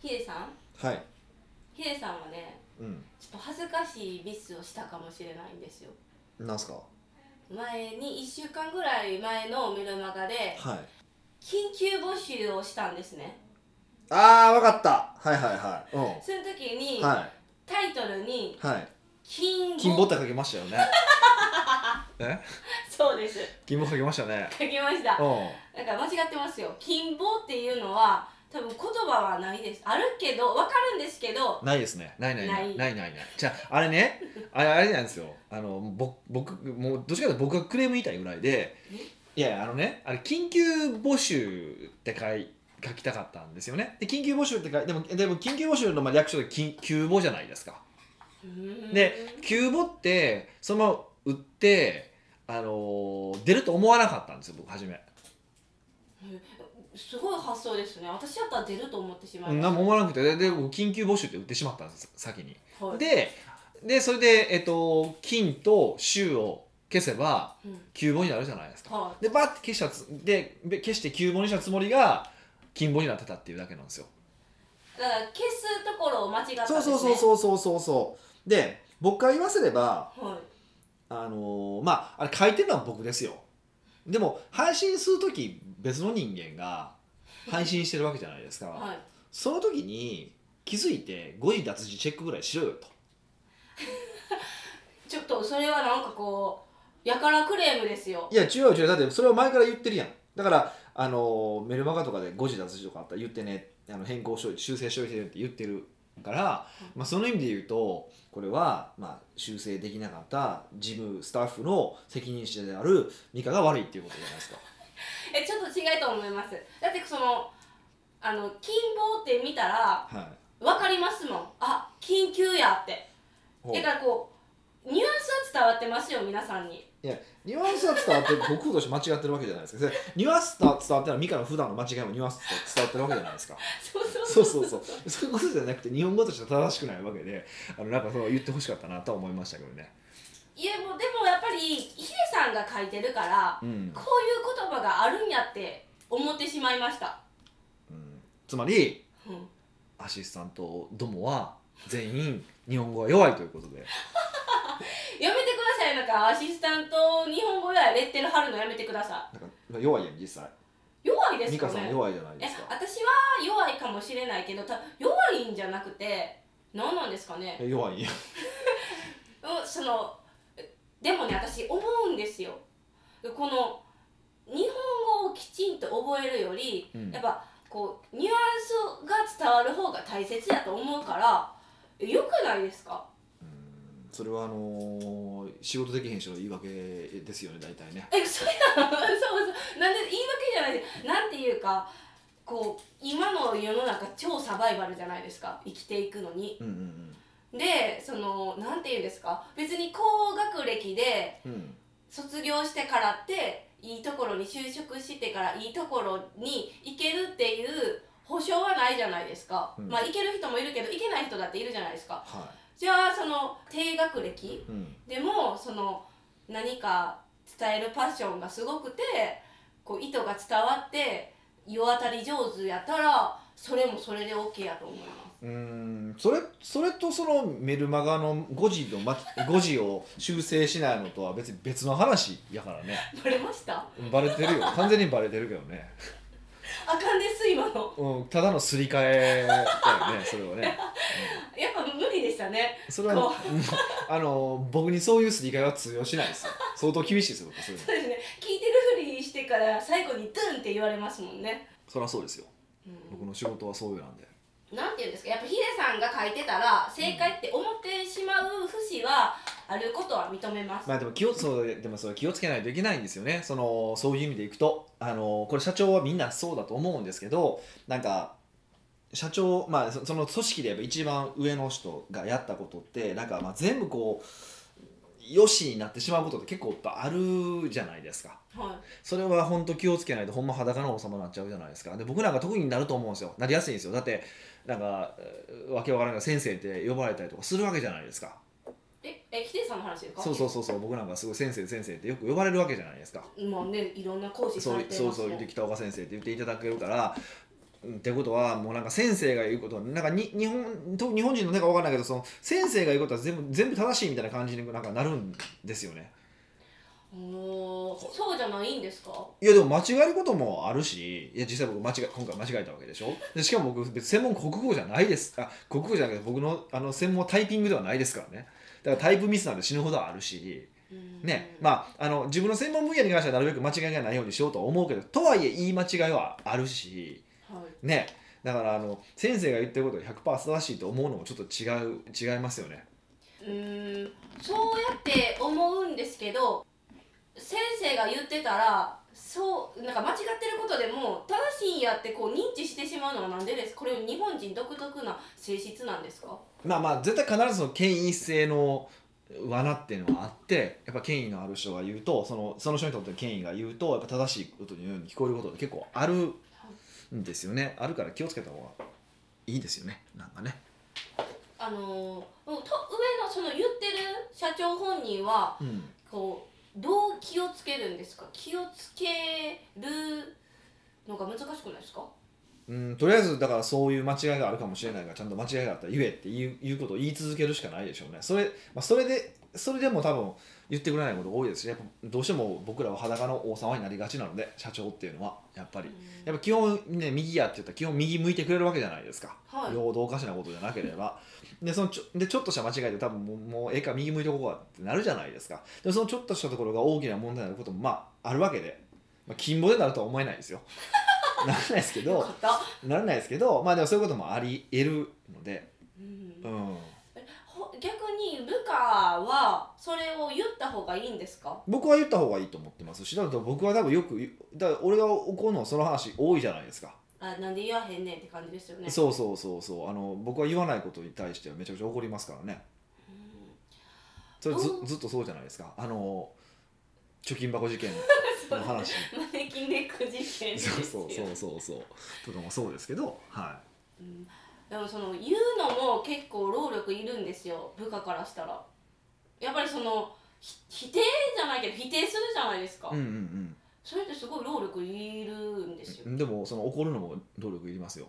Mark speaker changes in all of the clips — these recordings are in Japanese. Speaker 1: ヒデさん
Speaker 2: はい、
Speaker 1: ヒデさんはね
Speaker 2: うん、
Speaker 1: ちょっと恥ずかしいミスをしたかもしれないんですよ
Speaker 2: なんすか
Speaker 1: 前に1週間ぐらい前のメルマガで
Speaker 2: はい
Speaker 1: 緊急募集をしたんですね
Speaker 2: あーわかったはいはいはいうん
Speaker 1: その時に、
Speaker 2: は
Speaker 1: タイトルに
Speaker 2: いはい
Speaker 1: 「金
Speaker 2: 金ボタかけました よねえ
Speaker 1: そうです
Speaker 2: 金ボタかけましたね
Speaker 1: 書きました
Speaker 2: う
Speaker 1: なんか間違ってますよ金棒っていうのは多分言葉はないですあるけどわかるんですけど
Speaker 2: んないですねないないな
Speaker 1: ない
Speaker 2: いないないないじゃああれねあれあれなんですよあのぼ僕もうどっちかというと僕がクレーム言いたいぐらいでいやいやあのねあれ緊急募集って書い書きたかったんですよねで緊急募集って書いでもでも緊急募集のまあ略称で緊急募じゃないですか
Speaker 1: うーん
Speaker 2: で急募ってそのまま打って、あのー出ると思わなかったんですよ僕初め
Speaker 1: すごい発想ですね私だったら出ると思ってしまいま
Speaker 2: 何
Speaker 1: し
Speaker 2: も思わなくてでで僕緊急募集って打ってしまったんです先に
Speaker 1: たはい
Speaker 2: ででそれで、えっと、金と州を消せば
Speaker 1: うん
Speaker 2: 急募になるじゃないですか
Speaker 1: は
Speaker 2: でバッて消したつでで消して急募にしたつもりが金募になってたっていうだけなんですよ
Speaker 1: いだから消すところを間違ったんです
Speaker 2: そう
Speaker 1: ね
Speaker 2: そうそうそうそうそうそうで僕から言わせれば
Speaker 1: はい
Speaker 2: あのーまああれ書いてるのは僕ですよでも配信する時別の人間が配信してるわけじゃないですか、
Speaker 1: はい
Speaker 2: その時に気づいて誤字脱字チェックぐらいしろよと
Speaker 1: ちょっとそれはなんかこうやからクレームですよ
Speaker 2: いや違う違うだってそれは前から言ってるやんだから、あのーメルマガとかで誤字脱字とかあったら言ってねあの変更しといて修正しといてねって言ってるから、まあ、その意味で言うとこれは、まあ、修正できなかった事務スタッフの責任者である美香が悪いっていうことじゃないですか
Speaker 1: えちょっと違うと思いますだってそのあの金棒って見たら
Speaker 2: はい
Speaker 1: わかりますもんあ緊急やって
Speaker 2: ほう
Speaker 1: だからこうニュアンスは伝わってますよ皆さんに
Speaker 2: いや、ニュアンスは伝わって、僕として間違ってるわけじゃないですか。それニュアンスは伝わってるのは、ミカの普段の間違いもニュアンスと伝わってるわけじゃないですか。
Speaker 1: そうそう
Speaker 2: そうそうそう。そういうことじゃなくて、日本語として正しくないわけで、あのなんかそう言ってほしかったなとは思いましたけどね。
Speaker 1: いやもうでもやっぱりヒデさんが書いてるから
Speaker 2: うん
Speaker 1: こ。ういう言葉があるんやって思ってしまいました、
Speaker 2: うん、つまり、
Speaker 1: うん、
Speaker 2: アシスタントどもは全員、日本語は弱いということで。
Speaker 1: やめてくださいなんかアシスタント日本語やレッテル貼るのやめてくださ
Speaker 2: なんかまあ弱いやん、実際。
Speaker 1: い弱いです
Speaker 2: ミ
Speaker 1: か
Speaker 2: カ
Speaker 1: ね
Speaker 2: さんは弱いじゃない
Speaker 1: え
Speaker 2: ですか。
Speaker 1: 私は弱いかもしれないけどた弱いんじゃなくて何なんですかね
Speaker 2: え弱いやん。
Speaker 1: うんそのえでもね私思うんですよこの日本語をきちんと覚えるより、
Speaker 2: うん
Speaker 1: やっぱこうニュアンスが伝わる方が大切やと思うから良くないですか
Speaker 2: うんそれはあのー仕事できへんしの言い訳ですよね、大体ね。
Speaker 1: えそれなの そうそうなんで言い訳じゃないですなんていうかこう今の世の中超サバイバルじゃないですか生きていくのに
Speaker 2: うんうん
Speaker 1: でそのなんていうんですか別に高学歴で
Speaker 2: うん。うん。
Speaker 1: 卒業してからっていいところに就職してからいいところに行けるっていう保証はないじゃないですか、
Speaker 2: うん
Speaker 1: まあ行ける人もいるけど行けない人だっているじゃないですか
Speaker 2: は
Speaker 1: じゃあその低学歴
Speaker 2: い。うん。
Speaker 1: でもその何か伝えるパッションがすごくてこう意図が伝わって世当たり上手やったらそれもそれで OK やと思います
Speaker 2: うーんそれそれとそのメルマガの誤字のま 誤字を修正しないのとは別に別の話やからね
Speaker 1: バレました
Speaker 2: バレてるよ完全にバレてるけどね、
Speaker 1: あかんです今の
Speaker 2: うん、ただのすり替えだよねそれはね、
Speaker 1: やっぱ無理でしたね
Speaker 2: うん、それはうんあの僕にそういうすり替えは通用しないですよ相当厳しいですよ僕はそういうの
Speaker 1: そうですね聞いてるふりしてから最後にドゥンって言われますもんね、
Speaker 2: そりゃそうですよ
Speaker 1: う
Speaker 2: 僕
Speaker 1: ん、
Speaker 2: の仕事はそういうなんで
Speaker 1: なんていうんですかやっぱヒデさんが書いてたら正解って思ってしまう節はあることは認めます、
Speaker 2: まあでも気をそうでもそれ気をつけないといけないんですよねそのそういう意味でいくとあのこれ社長はみんなそうだと思うんですけどなんか社長、まあ、そその組織でやっぱ一番上の人がやったことってなんかまあ全部こうよしになってしまうことって結構あるじゃないですか
Speaker 1: はい
Speaker 2: それは本当気をつけないとほんま裸の王様になっちゃうじゃないですかで僕なんか特になると思うんですよなりやすいんですよだってなんかえーわけわからない先生って呼ばれたりとかするわけじゃないですか
Speaker 1: ええヒデさんの話ですか
Speaker 2: そうそうそうそう僕なんかすごい先生先生ってよく呼ばれるわけじゃないですか
Speaker 1: うもうねいろんな講師さ
Speaker 2: そ
Speaker 1: れ
Speaker 2: う
Speaker 1: てます
Speaker 2: そ
Speaker 1: も
Speaker 2: うんそう言って北岡先生って言っていただけるからうんってことはもうなんか先生が言うことはなんかに日本と日本人のなんか分かんないけどその先生が言うことは全部全部正しいみたいな感じになんかなるんですよね
Speaker 1: おーそうじゃないんですか
Speaker 2: いやでも間違えることもあるしいや実際僕間違え今回間違えたわけでしょでしかも僕別に専門国語じゃないですあ国語じゃなくて僕のあの専門はタイピングではないですからねだからタイプミスなんて死ぬほどあるしね
Speaker 1: あ
Speaker 2: まあ、あの自分の専門分野に関してはなるべく間違いがないようにしようとは思うけどとはいえ言い間違いはあるし、
Speaker 1: はい
Speaker 2: ね、だからあの先生が言ってることが100%正しいと思うのもちょっと違う違いますよね。
Speaker 1: うーんそうやって思うんですけど先生が言ってたらそうなんか間違ってることでも正しいんやってこう認知してしまうのはなんでですこれ日本人独特な性質なんですか
Speaker 2: まあまあ絶対必ずその権威性の罠っていうのはあってやっぱ権威のある人が言うとそのその人にとっての権威が言うとやっぱ正しいことのように聞こえることって結構あるんですよねあるから気をつけた方がいいですよねなんかね。
Speaker 1: あのーもうと上のその言ってる社長本人は
Speaker 2: うん
Speaker 1: こうどう気をつけるんですか気をつけるのが難しくないですか
Speaker 2: うん、とりあえずだからそういう間違いがあるかもしれないからちゃんと間違いがあったら言えっていういうことを言い続けるしかないでしょうねそれ,、まあ、それでそれでも多分言ってくれないこと多いですしやっぱどうしても僕らは裸の王様になりがちなので社長っていうのはやっぱりやっぱ基本ね右やって言ったら基本右向いてくれるわけじゃないですか、
Speaker 1: はい
Speaker 2: よほどおかしなことじゃなければでそのちょでちょっとした間違いで多分もうもうええか右向いてここはってなるじゃないですかでもそのちょっとしたところが大きな問題になることもまああるわけで、まあ、金棒でなるとは思えないですよならないですけど
Speaker 1: よかった、
Speaker 2: ならないですけどまあでもそういうこともあり得るので、
Speaker 1: うん
Speaker 2: うん、
Speaker 1: ほ逆に部下はそれを言った方がいいんですか
Speaker 2: 僕は言った方がいいと思ってますしだって僕は多分よく言うだから俺が怒るのその話多いじゃないですか、
Speaker 1: あなんで言わへんねんって感じですよね
Speaker 2: そうそうそうそうあの僕は言わないことに対してはめちゃくちゃ怒りますからね
Speaker 1: うん
Speaker 2: それず
Speaker 1: うん
Speaker 2: ずっとそうじゃないですかあの貯金箱事 件の話
Speaker 1: マネキンネック事件ですよ
Speaker 2: そうそうそうそうそうとかもそうですけどは
Speaker 1: うんでもその言うのも結構労力いるんですよ部下からしたらやっぱりそのひ否定じゃないけど否定するじゃないですか、
Speaker 2: いうんうん
Speaker 1: それってすごい労力いるんですよ
Speaker 2: うんでもその怒るのも努力いりますよ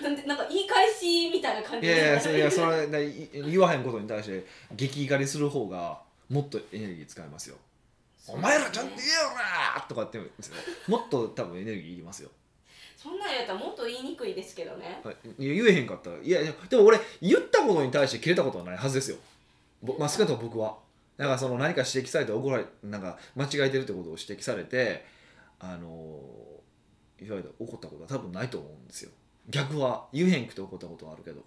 Speaker 1: なんでなんか言い返しみたいな感
Speaker 2: い
Speaker 1: じ
Speaker 2: やいやそれいや
Speaker 1: そ
Speaker 2: それだい言わへんことに対して激怒りする方がもっとエネルギー使いますよ「お前らちゃんと言えよな!」とかって言うんですよもっと多分エネルギーいりますよ
Speaker 1: そんなんやったらもっと言いにくいですけどね
Speaker 2: はいいや言えへんかったらいやいやでも俺言ったことに対して切れたことはないはずですよぼまあ少なくとも僕はだからその何か指摘されて怒られなんか間違えてるってことを指摘されてあのいわゆる怒ったことは多分ないと思うんですよ逆は言えへんくて怒ったことはあるけど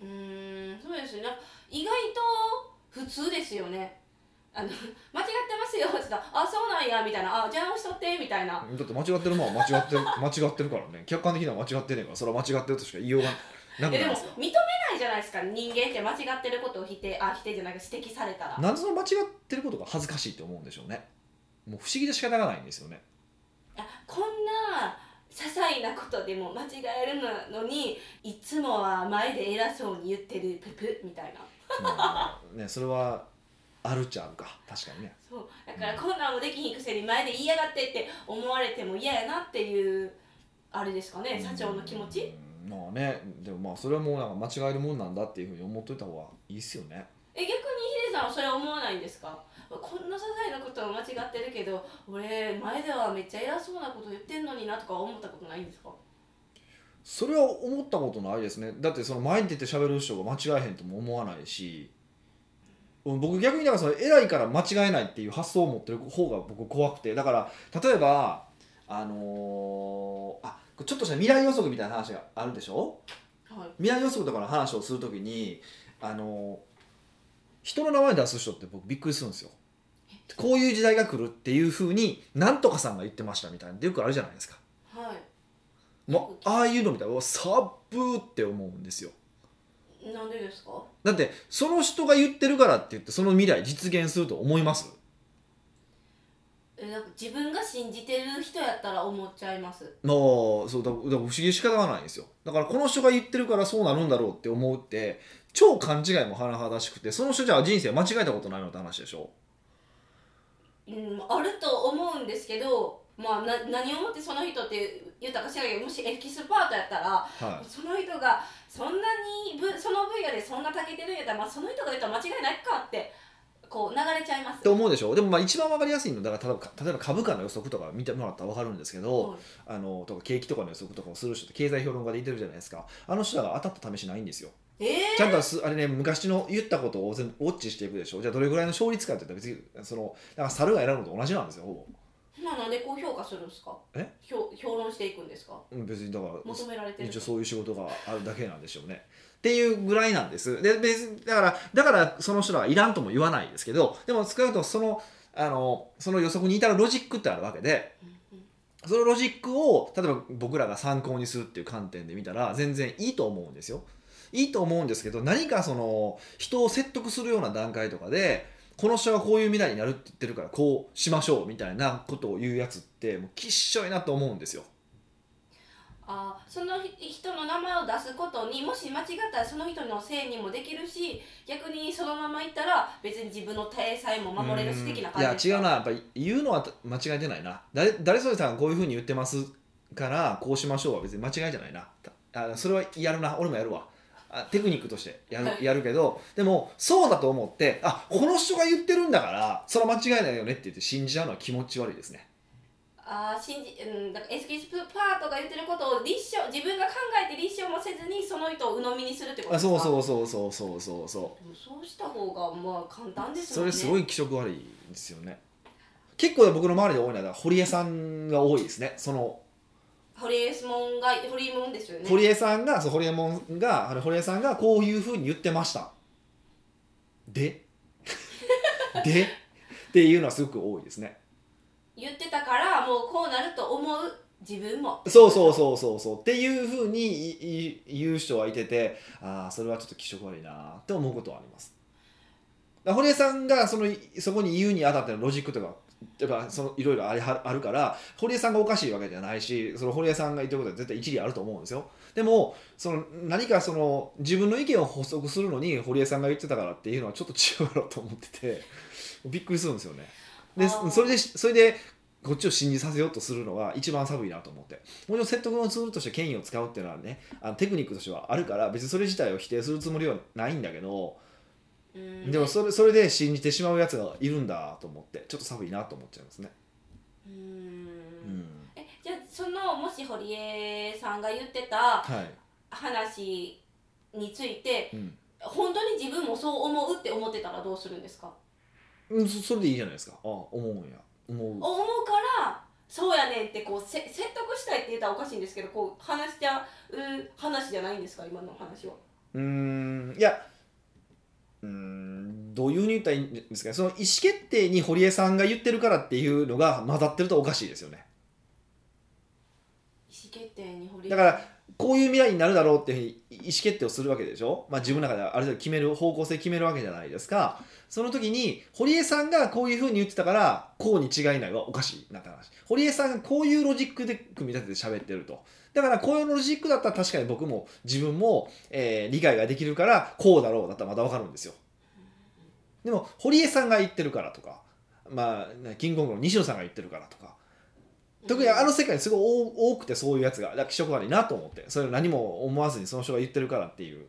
Speaker 1: うーんそうですね意外と普通ですよねあの 「間違ってますよ」って言ったら「あそうなんや」みたいな「あじゃあしとって」みたいな
Speaker 2: だって間違ってるもんは間違ってる 間違ってるからね客観的には間違ってねえからそれは間違ってるとしか言いようがなく
Speaker 1: え
Speaker 2: ない
Speaker 1: でも
Speaker 2: です
Speaker 1: 認めないじゃないですか人間って間違ってることを否定あ否定じゃなく指摘されたら
Speaker 2: かなんでその間違ってることが恥ずかしいと思うんでしょうねもう不思議で仕方がないんですよね
Speaker 1: あこんな些細なことでも間違えるのにいつもは前で偉そうに言ってるププみたいな
Speaker 2: まあねそれはあるっちゃあるか確かにね
Speaker 1: そうだからこんなんもできひんくせに前で言いやがってって思われても嫌やなっていうあれですかね社長の気持ち
Speaker 2: うんまあねでもまあそれはもうなんか間違えるもんなんだっていうふうに思っといた方がいいっすよね
Speaker 1: え逆にヒデさんはそれ思わないんですかこんな些細なことは間違ってるけど俺前ではめっちゃ偉そうなこと言ってんのになとか思ったことないんですか
Speaker 2: それは思ったことないですねだってその前に出て喋る人が間違えへんとも思わないしうん僕逆にだからその偉いから間違えないっていう発想を持ってる方が僕怖くてだから例えばあのーあちょっとした未来予測みたいな話があるでしょ
Speaker 1: はい
Speaker 2: 未来予測とかの話をするときにあの人の名前出す人って僕びっくりするんですよこういう時代が来るっていうふうになんとかさんが言ってましたみたいなよくあるじゃないですか
Speaker 1: はい
Speaker 2: もうああいうのみたいなうわサブーって思うんですよ
Speaker 1: なんでですか
Speaker 2: だってその人が言ってるからって言ってその未来実現すると思います
Speaker 1: えなんか自分が信じてる人やったら思っちゃいます
Speaker 2: のそうだだから不思議で仕方がないんですよだからこの人が言ってるからそうなるんだろうって思うって超勘違いも甚だしくてその人じゃあ人生間違えたことないのって話でしょ
Speaker 1: うんあると思うんですけどまあ、な何をもってその人って言ったか知らないけどもしエキスパートやったら
Speaker 2: はい
Speaker 1: その人がそんなにぶその分野でそんなたけてるんやったら、まあ、その人が言ったら間違いないかってこう流れちゃいます
Speaker 2: って思うでしょでもまあ一番わかりやすいのだから例えば例えば株価の予測とか見てもらったらわかるんですけど、
Speaker 1: はい
Speaker 2: あのとか景気とかの予測とかをする人って経済評論家でいてるじゃないですかあの人らが当たった試しないんですよ
Speaker 1: え
Speaker 2: ちゃんとすあれね昔の言ったことを全部ウォッチしていくでしょじゃあどれぐらいの勝率かって言ったら別にそのだから猿が選ぶのと同じなんですよほ
Speaker 1: ー、ななんでこう評価するんですか
Speaker 2: え
Speaker 1: 評評論していくんですか
Speaker 2: ぼうん別にだから
Speaker 1: 求められてる
Speaker 2: 一応そういう仕事があるだけなんでしょうね。っていうぐらいなんです。で別にだからだからその人らはいらんとも言わないですけどでも少なくともそのあのその予測に至るロジックってあるわけで
Speaker 1: うんうん
Speaker 2: そのロジックを例えば僕らが参考にするっていう観点で見たら全然いいと思うんですよ。いいと思うんですけど何かその人を説得するような段階とかでこの人がこういう未来になるって言ってるからこうしましょうみたいなことを言うやつってもうきっしょいなと思うんですよ。
Speaker 1: あーそのひ人の名前を出すことにもし間違ったらその人のせいにもできるし逆にそのままいったら別に自分の体裁も守れるし的な感じ
Speaker 2: い
Speaker 1: です
Speaker 2: や違う
Speaker 1: か
Speaker 2: なやっぱ言うのは間違えてないな誰誰それさんがこういうふうに言ってますからこうしましょうは別に間違いじゃないなあそれはやるな俺もやるわあテクニックとしてやる,、
Speaker 1: はい
Speaker 2: やるけどでもそうだと思ってあこの人が言ってるんだからそれは間違いないよねって言って信じちゃうのは気持ち悪いですね
Speaker 1: あー信じ、うん、だからエスキスパートが言ってることを立証自分が考えて立証もせずにその人を鵜呑みにするってこと
Speaker 2: あ
Speaker 1: ですか
Speaker 2: そうそうそうそうそうそうそ
Speaker 1: でもそうした方がまあ簡単で
Speaker 2: う
Speaker 1: す
Speaker 2: そ
Speaker 1: もん
Speaker 2: れ
Speaker 1: ね
Speaker 2: すごい気色悪いですよね結構僕の周りで多いのはだから堀江さんが多いですねその
Speaker 1: 堀江もんが堀江もんですよね
Speaker 2: 堀江さんがそう堀江もんがあの堀江さんがこういうふうに言ってましたで でっていうのはすごく多いですね
Speaker 1: 言ってたからもうこうなると思う自分も
Speaker 2: そうそうそうそうそうっていうふうにいい言う人はいててああそれはちょっと気色悪いなって思うことはありますだから堀江さんがそのいそこに言うにあたってのロジックとかやっぱそのいろいろありはあるから堀江さんがおかしいわけじゃないしその堀江さんが言ってることは絶対一理あると思うんですよでもその何かその自分の意見を補足するのに堀江さんが言ってたからっていうのはちょっと違うだろうと思っててびっくりするんですよねで
Speaker 1: あー
Speaker 2: それでそれでこっちを信じさせようとするのが一番寒いなと思ってもちろん説得のツールとして権威を使うっていうのはねあのテクニックとしてはあるから別にそれ自体を否定するつもりはないんだけど
Speaker 1: うん
Speaker 2: でもそれそれで信じてしまうやつがいるんだと思ってちょっと寒いなと思っちゃいますね。
Speaker 1: う
Speaker 2: うんん
Speaker 1: えじゃあそのもし堀江さんが言ってた
Speaker 2: はい
Speaker 1: 話について
Speaker 2: うん
Speaker 1: 本当に自分もそう思うって思ってたらどうするんですか
Speaker 2: うん、そそれでいいじゃないですかあ思うんや思う
Speaker 1: 思うからそうやねんってこうせ説得したいって言ったらおかしいんですけどこう話しちゃう話じゃないんですか今の話は
Speaker 2: うーんいやうーんどういうふうに言ったらいいんですかねその意思決定に堀江さんが言ってるからっていうのが混ざってるとおかしいですよね
Speaker 1: 意思決定に堀江
Speaker 2: だからこういう未来になるだろうっていうふうに意思決定をするわけでしょ、まあ、自分の中である程度決める方向性決めるわけじゃないですかその時に堀江さんがこういうふうに言ってたからこうに違いないはおかしいなって話堀江さんがこういうロジックで組み立てて喋ってるとだからこういうロジックだったら確かに僕も自分も、えー理解ができるからこうだろうだったらまだわかるんですよでも堀江さんが言ってるからとかまあねキングコングの西野さんが言ってるからとか特にあの世界にすごい多多くてそういうやつがだから気色悪いなと思ってそれを何も思わずにその人が言ってるからっていう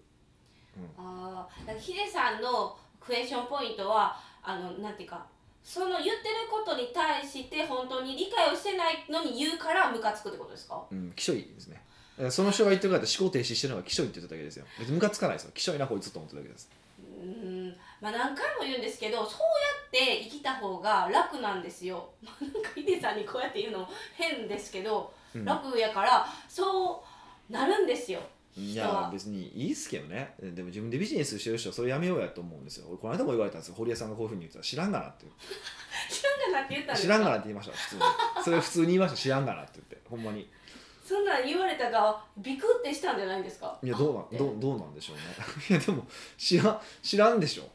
Speaker 1: ああ、だからヒデさんのクエスチョンポイントはあのなんていうかその言ってることに対して本当に理解をしてないのに言うからムカつくってことですか
Speaker 2: うん気色いいですねえその人が言ってるからって思考停止してるのが気色いいって言ってただけですよ別にムカつかないですよ気色いいなこいつと思ってただけです
Speaker 1: うーんまあ何回も言うんですけどそうやって生きた方が楽なんですよ、まあ、なんかヒデさんにこうやって言うの変ですけど、
Speaker 2: うん
Speaker 1: 楽やからそうなるんですよ
Speaker 2: い
Speaker 1: 人
Speaker 2: や
Speaker 1: は
Speaker 2: 別にいいっすけどねでも自分でビジネスしてる人はそれやめようやと思うんですよ俺この間も言われたんですよ堀江さんがこういうふうに言ってたら知らんがなって
Speaker 1: 知らんがなって言ったんです
Speaker 2: 知らんがなって言いました普通にそれ普通に言いました知らんがなって言ってほんまに
Speaker 1: そんなん言われたがビクってしたんじゃないんですか
Speaker 2: いやどうなんどうどうなんでしょうね いやでも知らん知らんでしょ
Speaker 1: う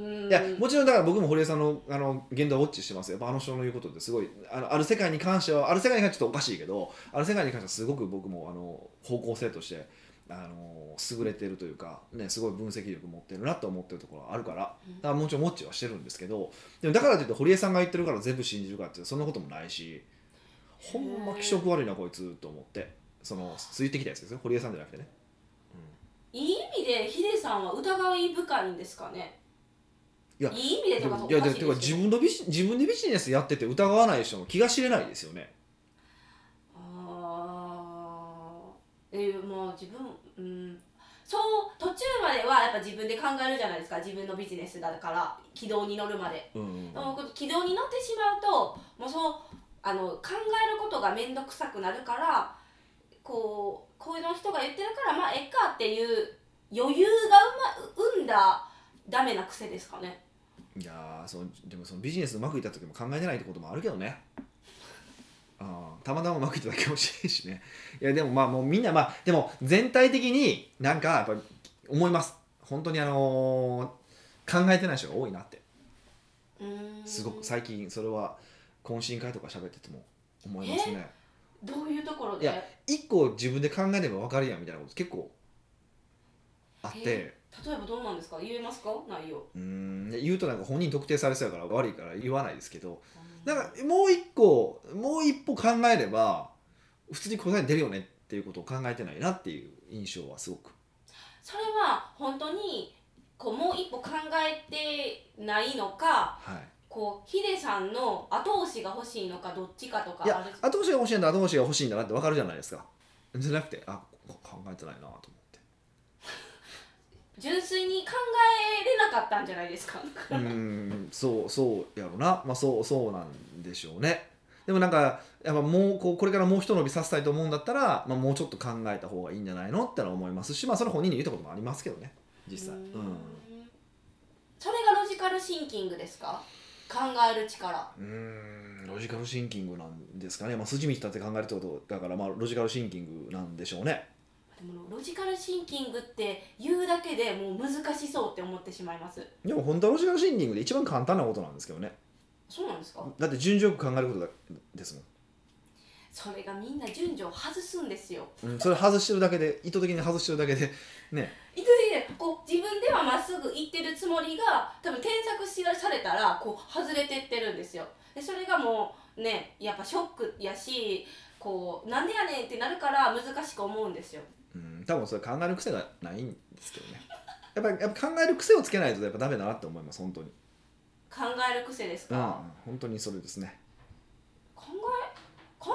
Speaker 1: ーん
Speaker 2: いやもちろんだから僕も堀江さんのあの言動をウォッチしてますよやっぱあの人の言うことってすごいあのある世界に関してはある世界に関してはちょっとおかしいけどある世界に関してはすごく僕もあの方向性としてあの優れてるというか、ね、すごい分析力持ってるなと思ってるところはあるからだか
Speaker 1: うん
Speaker 2: らもちろんもっちはしてるんですけどでもだからといって堀江さんが言ってるから全部信じるかってそんなこともないしほんま気色悪いなこいつと思ってそのついてきたやつですよ堀江さんじゃなくてね。
Speaker 1: いい意味でヒデさんは疑い深いんですかね
Speaker 2: いや
Speaker 1: いい意味で
Speaker 2: で
Speaker 1: とか
Speaker 2: も
Speaker 1: お
Speaker 2: いや
Speaker 1: かし
Speaker 2: で
Speaker 1: い
Speaker 2: てか
Speaker 1: ですけど
Speaker 2: 自分のビジ自分でビジネスやってて疑わない人の気が知れないですよね。
Speaker 1: あーえーもう自分うんそう途中まではやっぱ自分で考えるじゃないですか自分のビジネスだから軌道に乗るまで
Speaker 2: うんうんうん
Speaker 1: でもこう軌道に乗ってしまうともうそうあの考えることが面倒くさくなるからこうこういうの人が言ってるからまあえっかっていう余裕がうま生んだダメな癖ですかね
Speaker 2: いやーそのでもそのビジネスうまくいった時も考えてないってこともあるけどねあーたまたまうまくいっただけかもしれんしねいやでもまあもうみんなまあでも全体的になんかやっぱり思います本当にあのー考えてない人が多いなって
Speaker 1: うーん
Speaker 2: すごく最近それは懇親会とか喋ってても思いますね
Speaker 1: どういうところ
Speaker 2: い
Speaker 1: で
Speaker 2: や一個自分で考えれば分かるやんみたいなこと結構あって、
Speaker 1: え例えばどうなんですか言えますか内容
Speaker 2: うーん言うとなんか本人特定されそうやから悪いから言わないですけどなんかもう一個もう一歩考えれば普通に答え出るよねっていうことを考えてないなっていう印象はすごく
Speaker 1: それは本当にこうもう一歩考えてないのか
Speaker 2: はい
Speaker 1: こうヒデさんの後押しが欲しいのかどっちかとか
Speaker 2: い
Speaker 1: あ
Speaker 2: や
Speaker 1: る
Speaker 2: 後押しが欲しいんだ後押しが欲しいんだなって分かるじゃないですかじゃなくてあこ考えてないなと思って
Speaker 1: 純粋に考えれなかったんじゃないですか
Speaker 2: うーんそうそうやろなまあそうそうなんでしょうねでもなんかやっぱもうこうこれからもう一伸びさせたいと思うんだったら、まあ、もうちょっと考えた方がいいんじゃないのってのは思いますしまあそれ本人に言ったこともありますけどね実際
Speaker 1: う
Speaker 2: うんん
Speaker 1: それがロジカルシンキングですか考える力
Speaker 2: うーんロジカルシンキングなんですかね、まあ、筋道立って考えるってことだから、まあ、ロジカルシンキングなんでしょうね
Speaker 1: でもロジカルシンキングって言うだけでもう難しそうって思ってしまいます
Speaker 2: でも本当はロジカルシンキングで一番簡単なことなんですけどね
Speaker 1: そうなんですか
Speaker 2: だって順序よく考えることだです
Speaker 1: それがみんな順序を外すんですよ
Speaker 2: もん、うん、それ外してるだけで意図的に外してるだけでね
Speaker 1: いつでこう自分ではまっすぐ行ってるつもりが多分添削しされたらこう外れてってるんですよでそれがもうねやっぱショックやしこうなんでやねんってなるから難しく思うんですよ
Speaker 2: うん多分それ考える癖がないんですけどねやっぱりやっぱ考える癖をつけないとやっぱダメだなって思います本当に
Speaker 1: 考える癖です
Speaker 2: うん
Speaker 1: か、
Speaker 2: 本当にそれですね
Speaker 1: 考え考え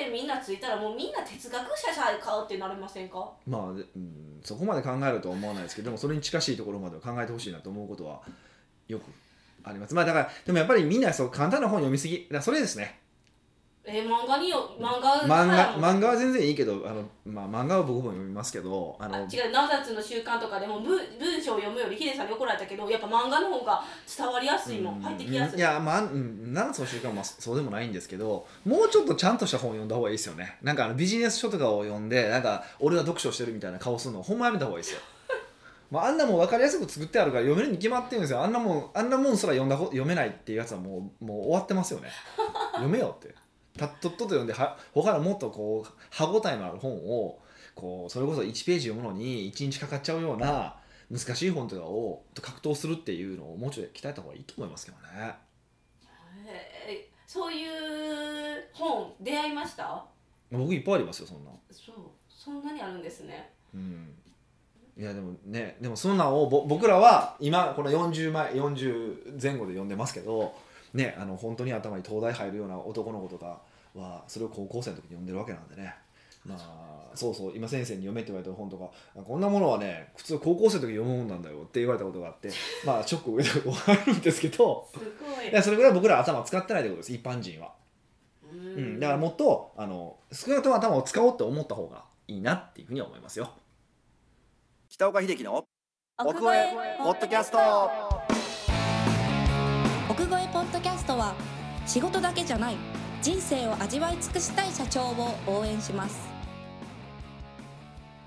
Speaker 1: る癖みんなついたらもうみんな哲学者さえ買うってなりませんか
Speaker 2: まあ、でうん、そこまで考えるとは思わないですけどでもそれに近しいところまでは考えてほしいなと思うことはよくありますまあだからでもやっぱりみんなそう簡単な本読みすぎだからそれですね
Speaker 1: えー漫画によ漫画さ
Speaker 2: 漫画
Speaker 1: えも
Speaker 2: 漫画は全然いいけどあの、まあ、漫画は僕も読みますけどあ
Speaker 1: あ
Speaker 2: の
Speaker 1: 違う何冊の習慣とかでも文文章を読むよりヒデさんに怒られたけどやっぱ漫画の方が伝わりやすいも
Speaker 2: うん
Speaker 1: ん入ってきやすい
Speaker 2: いやまあうん7つの習慣もそうでもないんですけどもうちょっとちゃんとした本を読んだ方がいいですよねなんかあのビジネス書とかを読んでなんか俺は読書してるみたいな顔するのほんまやめた方がいいですよ まあ、あんなもん分かりやすく作ってあるから読めるに決まってるんですよあんなもんあんなもんすら読んだこ読めないっていうやつはもうもう終わってますよね 読めよってたっとっとと読んでは他のもっとこう歯応えのある本をこうそれこそ1ページ読むのに1日かかっちゃうような難しい本とかをと格闘するっていうのをもうちょい鍛えた方がいいと思いますけどね
Speaker 1: へえそういう本出会いました
Speaker 2: 僕いっぱいありますよそんな
Speaker 1: そうそんなにあるんですね
Speaker 2: うんいやでもねでもそんなんをぼ僕らは今この40前40前後で呼んでますけどねあの本当に頭に東大入るような男の子とかはそれを高校生の時に読んでるわけなんでねまあそうそう今先生に読めって言われた本とかこんなものはね普通高校生の時読むもんなんだよって言われたことがあってまあショックを受けたことがあるんですけど
Speaker 1: すごい
Speaker 2: いやそれぐらい僕ら頭使ってないってことです一般人は、
Speaker 1: う
Speaker 2: うんん、だからもっとあの少なくとも頭を使おうって思った方がいいなっていうふうには思いますよ北岡秀樹の奥越えポッドキャスト
Speaker 3: 奥越えポッドキャストは仕事だけじゃない人生を味わい尽くしたい社長を応援します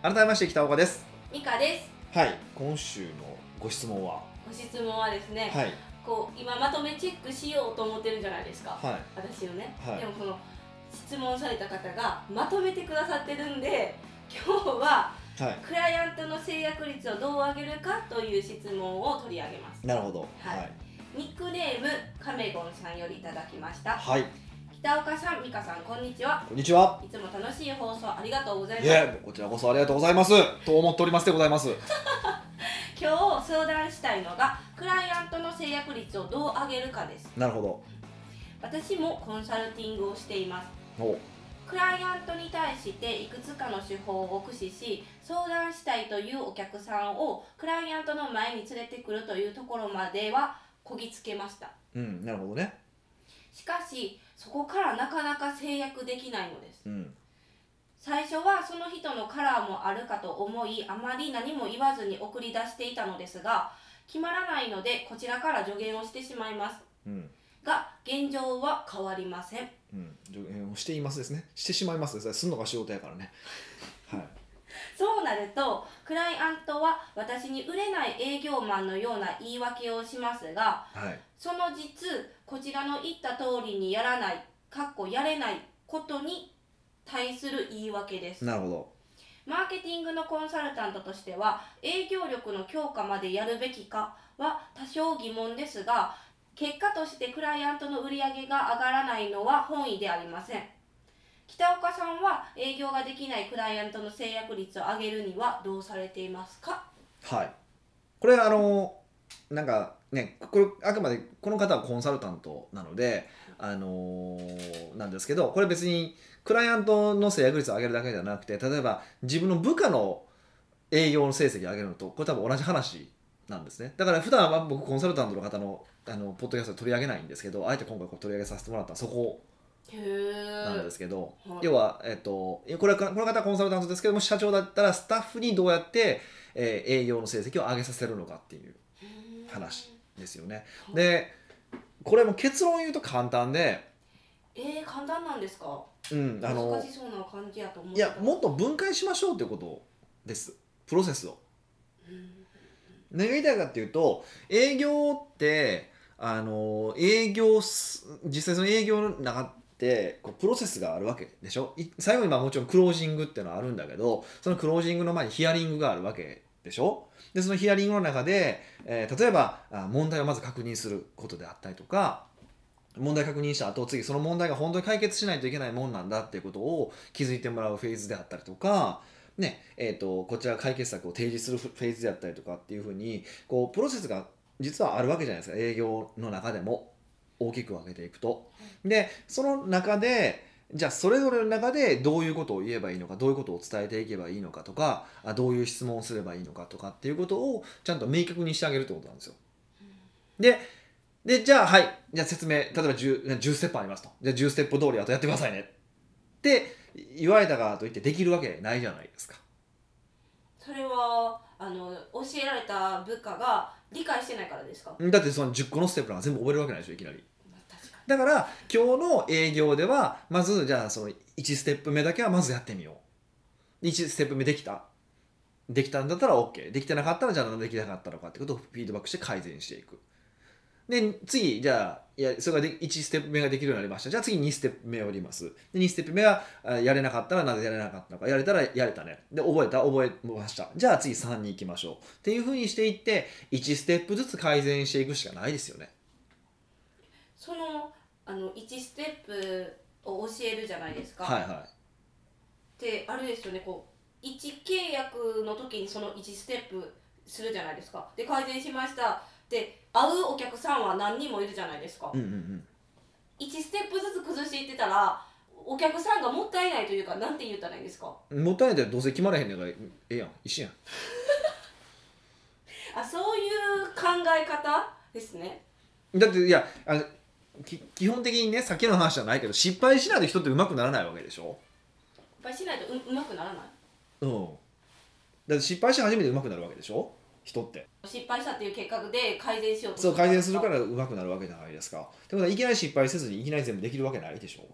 Speaker 2: 改めまして北岡です
Speaker 1: ミカです
Speaker 2: はい今週のご質問は
Speaker 1: ご質問はですね、
Speaker 2: はい
Speaker 1: こう今まとめチェックしようと思ってるじゃないですか、
Speaker 2: はい
Speaker 1: 私のね、
Speaker 2: はい
Speaker 1: でもこの質問された方がまとめてくださってるんで今日は
Speaker 2: はい
Speaker 1: クライアントの制約率をどう上げるかという質問を取り上げます
Speaker 2: なるほど
Speaker 1: はいニックネームカメゴンさんよりいただきました
Speaker 2: はい、
Speaker 1: 北岡さん美香さんこんにちは
Speaker 2: こんにちはい
Speaker 1: つも楽しい放送ありがとうございま
Speaker 2: い
Speaker 1: す
Speaker 2: えこちらこそありがとうございますと思っておりますでございます
Speaker 1: 今日相談したいのがクライアントの制約率をどう上げるかです
Speaker 2: なるほど
Speaker 1: 私もコンサルティングをしています
Speaker 2: お
Speaker 1: クライアントに対していくつかの手法を駆使し相談したいというお客さんをクライアントの前に連れてくるというところまではこぎつけました
Speaker 2: うんなるほどね
Speaker 1: しかしそこからなかなか制約できないのです
Speaker 2: うん
Speaker 1: 最初はその人のカラーもあるかと思いあまり何も言わずに送り出していたのですが決まらないのでこちらから助言をしてしまいます
Speaker 2: うん
Speaker 1: が現状は変わりません
Speaker 2: うん助言をしていますですねしてしまいますですねすんのが仕事やからねはい
Speaker 1: そうなるとクライアントは私に売れない営業マンのような言い訳をしますが
Speaker 2: はい
Speaker 1: その実こちらの言った通りにやらないかっこやれないことに対する言い訳です
Speaker 2: なるほど
Speaker 1: マーケティングのコンサルタントとしては営業力の強化までやるべきかは多少疑問ですが結果としてクライアントの売り上げが上がらないのは本意でありません北岡さんは営業ができないクライアントの制約率を上げるにはどうされていますか
Speaker 2: はいこれあのなんかねこれあくまでこの方はコンサルタントなのであのなんですけどこれ別にクライアントの制約率を上げるだけじゃなくて例えば自分の部下の営業の成績を上げるのとこれ多分同じ話なんですねだから普段は僕コンサルタントの方のあのポッドキャストで取り上げないんですけどあえて今回こう取り上げさせてもらったのはそこ
Speaker 1: へ
Speaker 2: なんで
Speaker 1: ー
Speaker 2: すけど、
Speaker 1: はい
Speaker 2: 要は、えっと、これはこの方はコンサルタントですけども社長だったらスタッフにどうやって、えー営業の成績を上げさせるのかっていう話ですよね。
Speaker 1: はい
Speaker 2: でこれも結論言うと簡単で、
Speaker 1: えー、簡単なんですか
Speaker 2: うん、あの
Speaker 1: 難しそうな感じやと思っ
Speaker 2: い
Speaker 1: てた
Speaker 2: やもっと分解しましょうってことですプロセスを。
Speaker 1: うん
Speaker 2: 何が言いたいかっていうと営業ってあの営業す実際その営業の中ってこうプロセスがあるわけでしょい最後にまあもちろんクロージングっていうのはあるんだけどそのクロージングの前にヒアリングがあるわけでしょでそのヒアリングの中で、えー例えばあ問題をまず確認することであったりとか問題確認した後次その問題が本当に解決しないといけないもんなんだっていうことを気づいてもらうフェーズであったりとか、ねえー、とこちら解決策を提示するフェーズであったりとかっていうふうにこうプロセスが実はあるわけじゃないですか営業の中でも大きく分けていくと。でその中でじゃあそれぞれの中でどういうことを言えばいいのかどういうことを伝えていけばいいのかとかあどういう質問をすればいいのかとかっていうことをちゃんと明確にしてあげるってことなんですよ。ででじゃあはいじゃあ説明例えば 10, 10ステップありますとじゃあ10ステップ通りあとやってくださいねって言われたからといってできるわけないじゃないですか。
Speaker 1: それはあの教えられた部下が理解してないからですか、
Speaker 2: だってその10個のステップなんか全部覚えるわけないでしょいきなり。
Speaker 1: 確かに
Speaker 2: だから今日の営業ではまずじゃあその1ステップ目だけはまずやってみよう1ステップ目できたできたんだったら OK できてなかったらじゃあなんでできなかったのかってことをフィードバックして改善していくで次じゃあいやそれがで1ステップ目ができるようになりましたじゃあ次2ステップ目をやりますで2ステップ目があやれなかったらなぜやれなかったのかやれたらやれたねで覚えた覚えましたじゃあ次3に行きましょうっていうふうにしていって1ステップずつ改善していくしかないですよね
Speaker 1: そのあの1ステップを教えるじゃないですか、
Speaker 2: はいはい
Speaker 1: であれですよねこう1契約の時にその1ステップするじゃないですかで改善しましたで会うお客さんは何人もいるじゃないですか、
Speaker 2: うんうんうん
Speaker 1: 1ステップずつ崩していってたらお客さんがもったいないというかなんて言ったらいいんですか
Speaker 2: もったいないだどうせ決まらへんねんからええやん一緒やん
Speaker 1: あそういう考え方ですね
Speaker 2: だっていやあのき基本的にねさっきの話じゃないけど失敗しないと人ってうまくならないわけでしょ
Speaker 1: 失敗しないとううまくならない
Speaker 2: うんだって失敗して初めてうまくなるわけでしょ人って
Speaker 1: 失敗したっていう結果で改善しようと
Speaker 2: そう改善するかららうまくなるわけじゃないですかってことはいきなり失敗せずにいきなり全部できるわけないでしょっ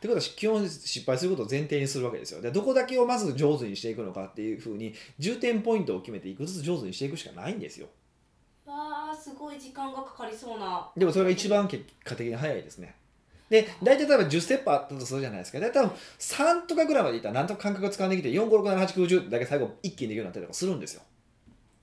Speaker 2: てことは基本失敗することを前提にするわけですよでどこだけをまず上手にしていくのかっていうふうに重点ポイントを決めていくずつ上手にしていくしかないんですよ
Speaker 1: わあすごい時間がかかりそうな
Speaker 2: でもそれが一番結果的に早いですねで大体例えば10ステップあったとするじゃないですか大体多分3とかぐらいまでいったらなんとか感覚がつかんできて45678910だけ最後一気にできるようになったりとかするんですよ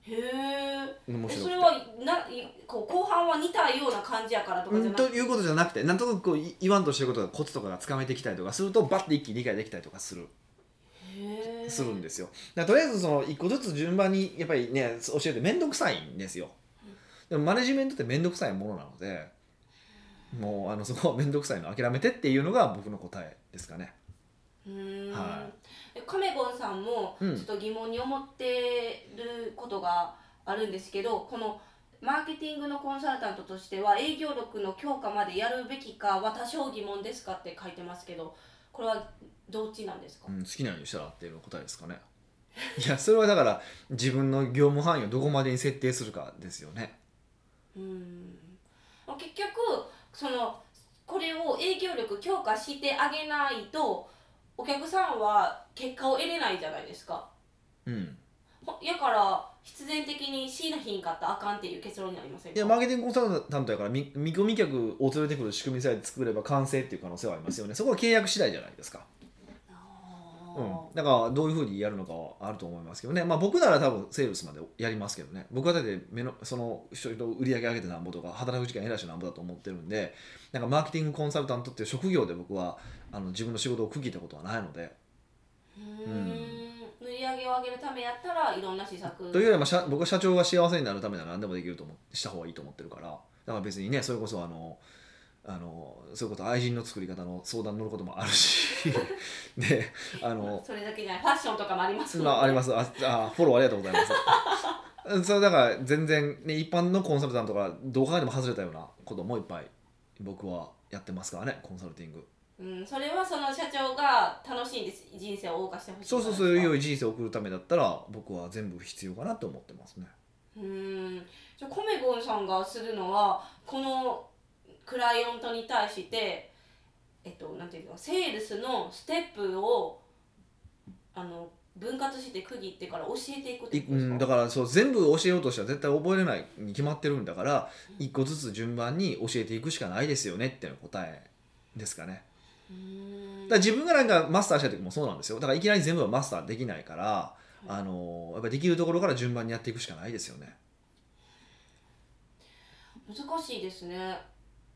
Speaker 1: へえ
Speaker 2: 面白
Speaker 1: そ
Speaker 2: くて
Speaker 1: れはないこう後半は似たような感じやからとか
Speaker 2: う
Speaker 1: じゃ
Speaker 2: ん
Speaker 1: なく
Speaker 2: と
Speaker 1: て
Speaker 2: いうことじゃなくてなんとなくこうい言わんとしてることがコツとかがつかめてきたりとかするとバッて一気に理解できたりとかする
Speaker 1: へー
Speaker 2: するんですよだからとりあえずその一個ずつ順番にやっぱりね教えて面倒くさいんですよでもマネジメントって面倒くさいものなのでもうあのそこは面倒くさいの諦めてっていうのが僕の答えですかね
Speaker 1: うーん
Speaker 2: は
Speaker 1: カメゴンさんもち
Speaker 2: う
Speaker 1: ょ
Speaker 2: ん
Speaker 1: っと疑問に思ってることがあるんですけど、このマーケティングのコンサルタントとしては営業力の強化までやるべきかは多少疑問ですかって書いてますけどこれはどっちなんですか、
Speaker 2: うん、好きなようにしたらっていうのが答えですかね いやそれはだから自分の業務範囲をどこまでに設定するかですよね
Speaker 1: うん結局そのこれを営業力強化してあげないとお客さんは結果を得れないじゃないですか
Speaker 2: うん
Speaker 1: ほやから必然的に C の品買ったらあかんっていう結論になりませんか
Speaker 2: いやマーケティングコンサルタントやから見見込み客を連れてくる仕組みさえ作れば完成っていう可能性はありますよねそこは契約次第じゃないですか
Speaker 1: あ
Speaker 2: う
Speaker 1: ー
Speaker 2: ん、だからどういうふうにやるのかはあると思いますけどね、まあ、僕なら多分セールスまでやりますけどね僕はだって目のその人々売り上げ上げてなんぼとか働く時間減らしてなんぼだと思ってるんでなんかマーケティングコンサルタントっていう職業で僕はあの自分の仕事を区切ったことはないので
Speaker 1: うーん売り上げを上げるためやったらいろんな施策
Speaker 2: というよりは社僕は社長が幸せになるためなら何でもできると思ってした方がいいと思ってるからだから別にねそれこそあのあのそれこそ愛人の作り方の相談に乗ることもあるし であの
Speaker 1: それだけじゃないファッションとかもありますもん
Speaker 2: まあ、あります。あ、あ、フォローありがとうございます。うんそれだから全然ね一般のコンサルタントからどう考えても外れたようなこともいっぱい僕はやってますからねコンサルティング
Speaker 1: うん、それはその社長が楽しいんです人生を謳歌してほしいか
Speaker 2: そ
Speaker 1: ら
Speaker 2: うそうそういう良い人生を送るためだったら僕は全部必要かなと思ってますね
Speaker 1: うーんじゃあコメゴンさんがするのはこのクライアントに対してえっとなんていうのセールスのステップをあの分割して区切ってから教えていくって
Speaker 2: い
Speaker 1: こと
Speaker 2: う
Speaker 1: ですか,、
Speaker 2: ん、だからそう全部教えようとしたら絶対覚えれないに決まってるんだから一個ずつ順番に教えていくしかないですよねっていうのが答えですかね
Speaker 1: うーん
Speaker 2: だから自分がなんかマスターした時もそうなんですよだからいきなり全部はマスターできないから、
Speaker 1: はい
Speaker 2: あのやっぱりできるところから順番にやっていくしかないですよね
Speaker 1: 難しいですね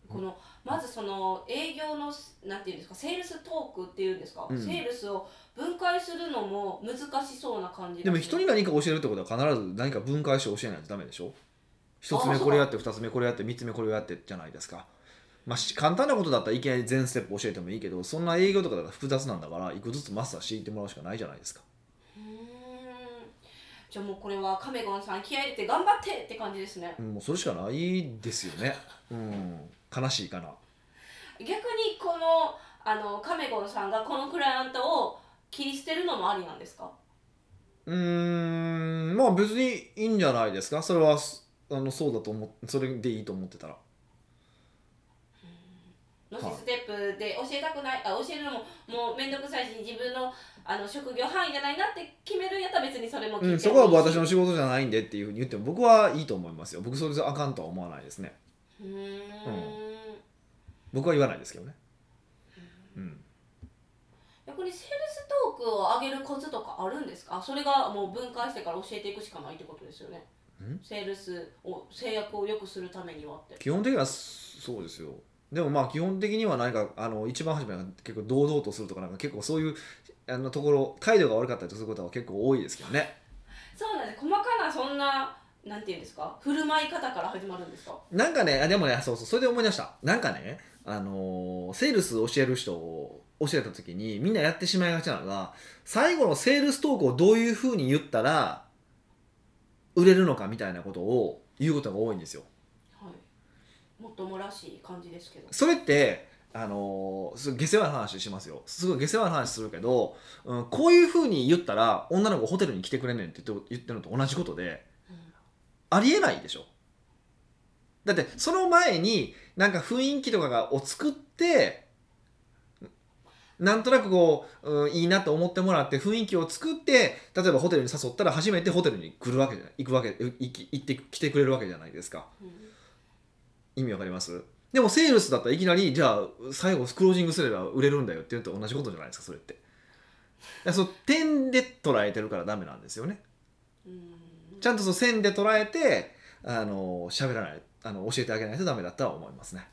Speaker 1: このまずその営業のなんていうんですかセールストークっていうんですか、
Speaker 2: うん
Speaker 1: セールスを分解するのも難しそうな感じ
Speaker 2: で
Speaker 1: が
Speaker 2: も
Speaker 1: する
Speaker 2: 人に何か教えるってことは必ず何か分解して教えないとダメでしょ一つ
Speaker 1: あ
Speaker 2: 目
Speaker 1: そう
Speaker 2: これやって二つ目これやって三つ目これやってじゃないですかまあし簡単なことだったらいきなり全ステップ教えてもいいけどそんな営業とかだから複雑なんだから一個ずつマスターしていってもらうしかないじゃないですか
Speaker 1: うーんじゃあもうこれはカメゴンさん気合い入れて頑張ってって感じですね
Speaker 2: うんもうそれしかないですよねうん悲しいかな
Speaker 1: 逆にこのあのカメゴンさんがこのクライアントを切り捨てるのもありなんですか
Speaker 2: うーんまあ別にいいんじゃないですかそれはすあのそうだと思っそれでいいと思ってたら
Speaker 1: のし
Speaker 2: はい
Speaker 1: ステップで教えたくないあ教えるのももう面倒くさいし自分のあの職業範囲じゃないなって決めるんやったら別にそれも
Speaker 2: う
Speaker 1: 切
Speaker 2: ん、
Speaker 1: って
Speaker 2: そ
Speaker 1: も
Speaker 2: こはい
Speaker 1: いし
Speaker 2: 私の仕事じゃないんでっていうふうに言っても僕はいいと思いますよ僕それじゃあかんとは思わないですね
Speaker 1: うーん
Speaker 2: 僕は言わないですけどねうん
Speaker 1: 逆にセールストークを上げるコツとかあるんですかそれがもう分解してから教えていくしかないってことですよね
Speaker 2: ん
Speaker 1: セールスを制約を良くするためにはって
Speaker 2: 基本的にはそそうですよでもまあ基本的には何かあの一番初めは結構堂々とするとかなんか結構そういうあのところ態度が悪かったりすることは結構多いですけどね
Speaker 1: そうなんです細かなそんななんていうんですか振る舞い方から始まるんですか
Speaker 2: なんかね、あでもね、そうそう、それで思い出した。なんかね、あのーセールス教える人を教えた時に、みんなやってしまいがちなのが、最後のセールストークをどういうふうに言ったら、売れるのかみたいなことを言うことが多いんですよ。
Speaker 1: はいもっともらしい感じですけど
Speaker 2: それって、あのーすごい下世話な話しますよ。すごい下世話な話するけど、うん、こういうふうに言ったら、女の子ホテルに来てくれんねんって言って言ってるのと同じことで、ありえないでしょだってその前になんか雰囲気とかがを作ってなんとなくこう、うんいいなと思ってもらって雰囲気を作って例えばホテルに誘ったら初めてホテルに来るわけじゃ行くわけ行き行って来てくれるわけじゃないですか
Speaker 1: うん
Speaker 2: 意味わかりますでもセールスだったらいきなりじゃあ最後クロージングすれば売れるんだよって言うと同じことじゃないですかそれってだからその点で捉えてるからダメなんですよね
Speaker 1: うん
Speaker 2: ちゃんとその線で捉えてあの喋らないあの教えてあげないとダメだとは思いますね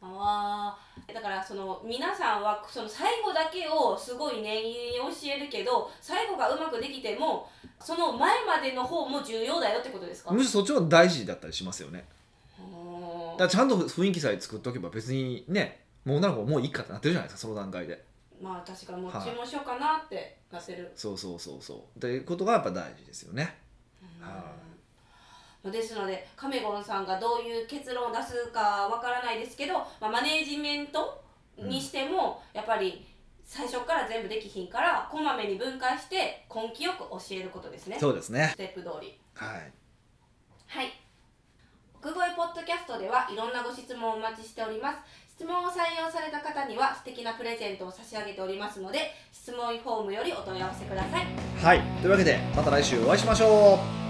Speaker 1: あーだからその皆さんはその最後だけをすごい念入りに教えるけど最後がうまくできてもその前までの方も重要だよってことですか
Speaker 2: むしろそっちの方が大事だったりしますよね
Speaker 1: おー
Speaker 2: だからちゃんと雰囲気さえ作っとけば別にねもう女の子はもういいかってなってるじゃないですかその段階で
Speaker 1: まあ確かにもう注文しようかなってなせる、
Speaker 2: そうそうそうそうっていうことがやっぱ大事ですよねは
Speaker 1: うんですのでカメゴンさんがどういう結論を出すかわからないですけど、まあ、マネージメントにしてもやっぱり最初から全部できひんからこまめに分解して根気よく教えることですね
Speaker 2: そうですね
Speaker 1: ステップ通り
Speaker 2: はい
Speaker 1: はい。奥越ポッドキャストではいろんなご質問をお待ちしております。質問を採用された方には素敵なプレゼントを差し上げておりますので、質問フォームよりお問い合わせください。
Speaker 2: はいというわけでまた来週お会いしましょう